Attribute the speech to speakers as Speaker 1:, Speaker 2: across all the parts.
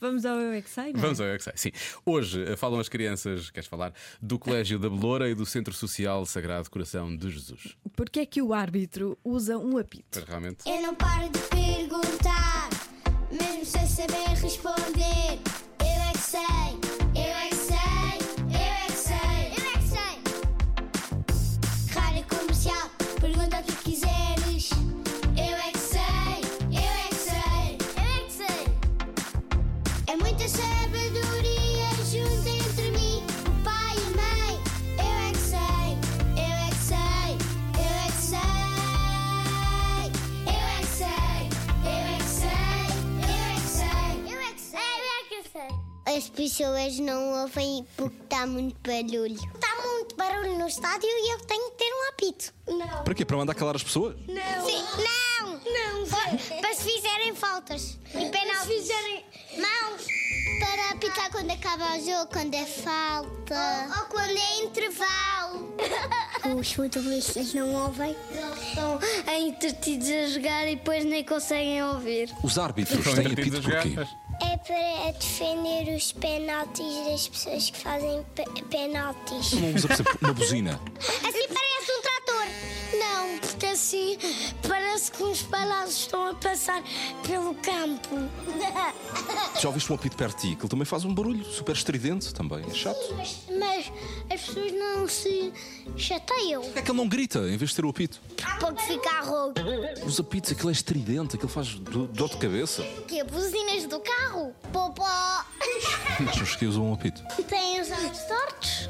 Speaker 1: Vamos ao Eu é que sei, não é?
Speaker 2: Vamos ao Eu é que sei. Sim. Hoje eh, falam as crianças, queres falar, do Colégio da Beloura e do Centro Social Sagrado Coração de Jesus.
Speaker 1: Porquê é que o árbitro usa um apito?
Speaker 2: Mas realmente.
Speaker 3: Eu não paro de perguntar, mesmo sem saber responder. Eu é que sei, eu é que sei, eu é que sei, eu é que sei. Rádio comercial, pergunta o que quiseres. Eu é que sei, eu é que sei, eu é que sei. É muita sabedoria junto entre mim, o pai e a mãe. Eu é que sei, eu é que sei, eu é que sei. Eu é que sei, eu é que sei, eu é que sei, eu é que sei, eu é que sei. As pessoas não ouvem porque está muito barulho. Está Tá muito barulho no estádio e eu tenho que ter um apito. Não.
Speaker 2: Para quê? Para mandar calar as pessoas?
Speaker 3: Não. não. Não. Para se fizerem faltas e penaltis. Se fizerem mãos. Para apitar quando acaba o jogo, quando é falta. Ou, quando é intervalo. Os futebolistas não ouvem. Estão É entretidos a jogar e depois nem conseguem ouvir.
Speaker 4: Os árbitros
Speaker 2: Estão
Speaker 4: têm
Speaker 2: entretidos
Speaker 4: apito
Speaker 2: a
Speaker 4: porquê?
Speaker 2: jogar.
Speaker 3: É para defender os penaltis das pessoas que fazem penaltis.
Speaker 4: Não usa, por exemplo, uma buzina.
Speaker 3: Assim parece um trator. Não, porque assim parece que uns palhaços estão a passar pelo campo.
Speaker 4: Já ouviste um apito perto de ti? Aquilo também faz um barulho super estridente também. É chato.
Speaker 3: Mas, mas as pessoas não se chateiam.
Speaker 4: Porquê é que ele não grita em vez de ter o apito?
Speaker 3: Porque fica rouco.
Speaker 4: Os apitos, aquilo é estridente, aquilo faz do- dor de cabeça.
Speaker 3: Que é buzinas do carro? Popó.
Speaker 4: Achas que usam um apito?
Speaker 3: Tem os olhos tortos.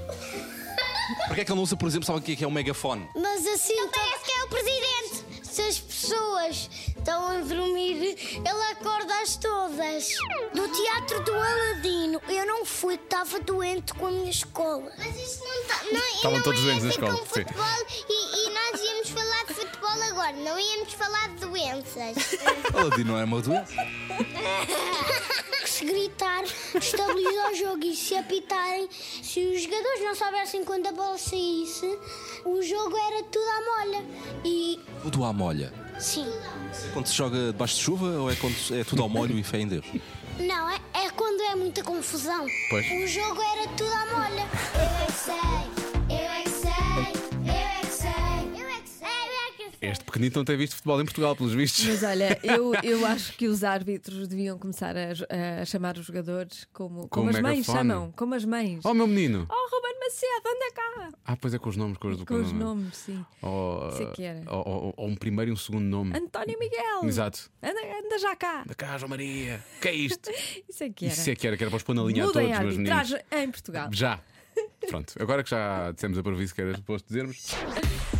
Speaker 4: Porquê é que ele não usa, por exemplo, sabe o que é que é um megafone?
Speaker 3: Mas assim. Então parece que é o presidente. Se as pessoas estão a dormir, ele acorda-as todas. No teatro do Aladino, eu não fui, estava doente com a minha escola. Mas isto não é está.
Speaker 2: Estavam todos doentes na escola, sim.
Speaker 3: e, e nós íamos falar de futebol agora, não íamos falar de doenças.
Speaker 4: Aladino não é uma doença.
Speaker 3: que se gritar estabiliza o jogo e se apitarem, se os jogadores não soubessem quando a bola saísse, o jogo era tudo à molha. E
Speaker 4: Tudo à molha.
Speaker 3: sim,
Speaker 4: Quando se joga debaixo de chuva ou é quando é tudo ao molho e fé em Deus?
Speaker 3: não, é, é quando é muita confusão.
Speaker 2: Pois.
Speaker 3: O jogo era tudo à molha. Eu é que sei, eu é que sei, eu é que sei, eu é que sei, eu é que sei.
Speaker 2: Este pequenito não tem visto futebol em Portugal, pelos vistos.
Speaker 1: Mas olha, eu, eu acho que os árbitros deviam começar a, jo- a chamar os jogadores como, como
Speaker 2: o
Speaker 1: as mães
Speaker 2: megafone.
Speaker 1: chamam, como as mães.
Speaker 2: Oh, meu menino!
Speaker 1: Oh, Ruben Macedo, anda cá!
Speaker 2: Ah, pois é, com os nomes, com os Oh, do
Speaker 1: Com os
Speaker 2: nome.
Speaker 1: nomes, sim.
Speaker 2: Ou,
Speaker 1: Sei que era. Ah,
Speaker 2: ou- ou- ou um primeiro e um segundo nome.
Speaker 1: António Miguel!
Speaker 2: Exato.
Speaker 1: Anda, anda já cá!
Speaker 2: Da cá, João Maria. O que é isto?
Speaker 1: Isso é que era.
Speaker 2: Isso é que era, que era para os pôr na linha a
Speaker 1: Mudem
Speaker 2: todos,
Speaker 1: a
Speaker 2: meus meninos.
Speaker 1: arbitragem em Portugal.
Speaker 2: Já. Pronto, agora que já dissemos a previso que era suposto dizermos.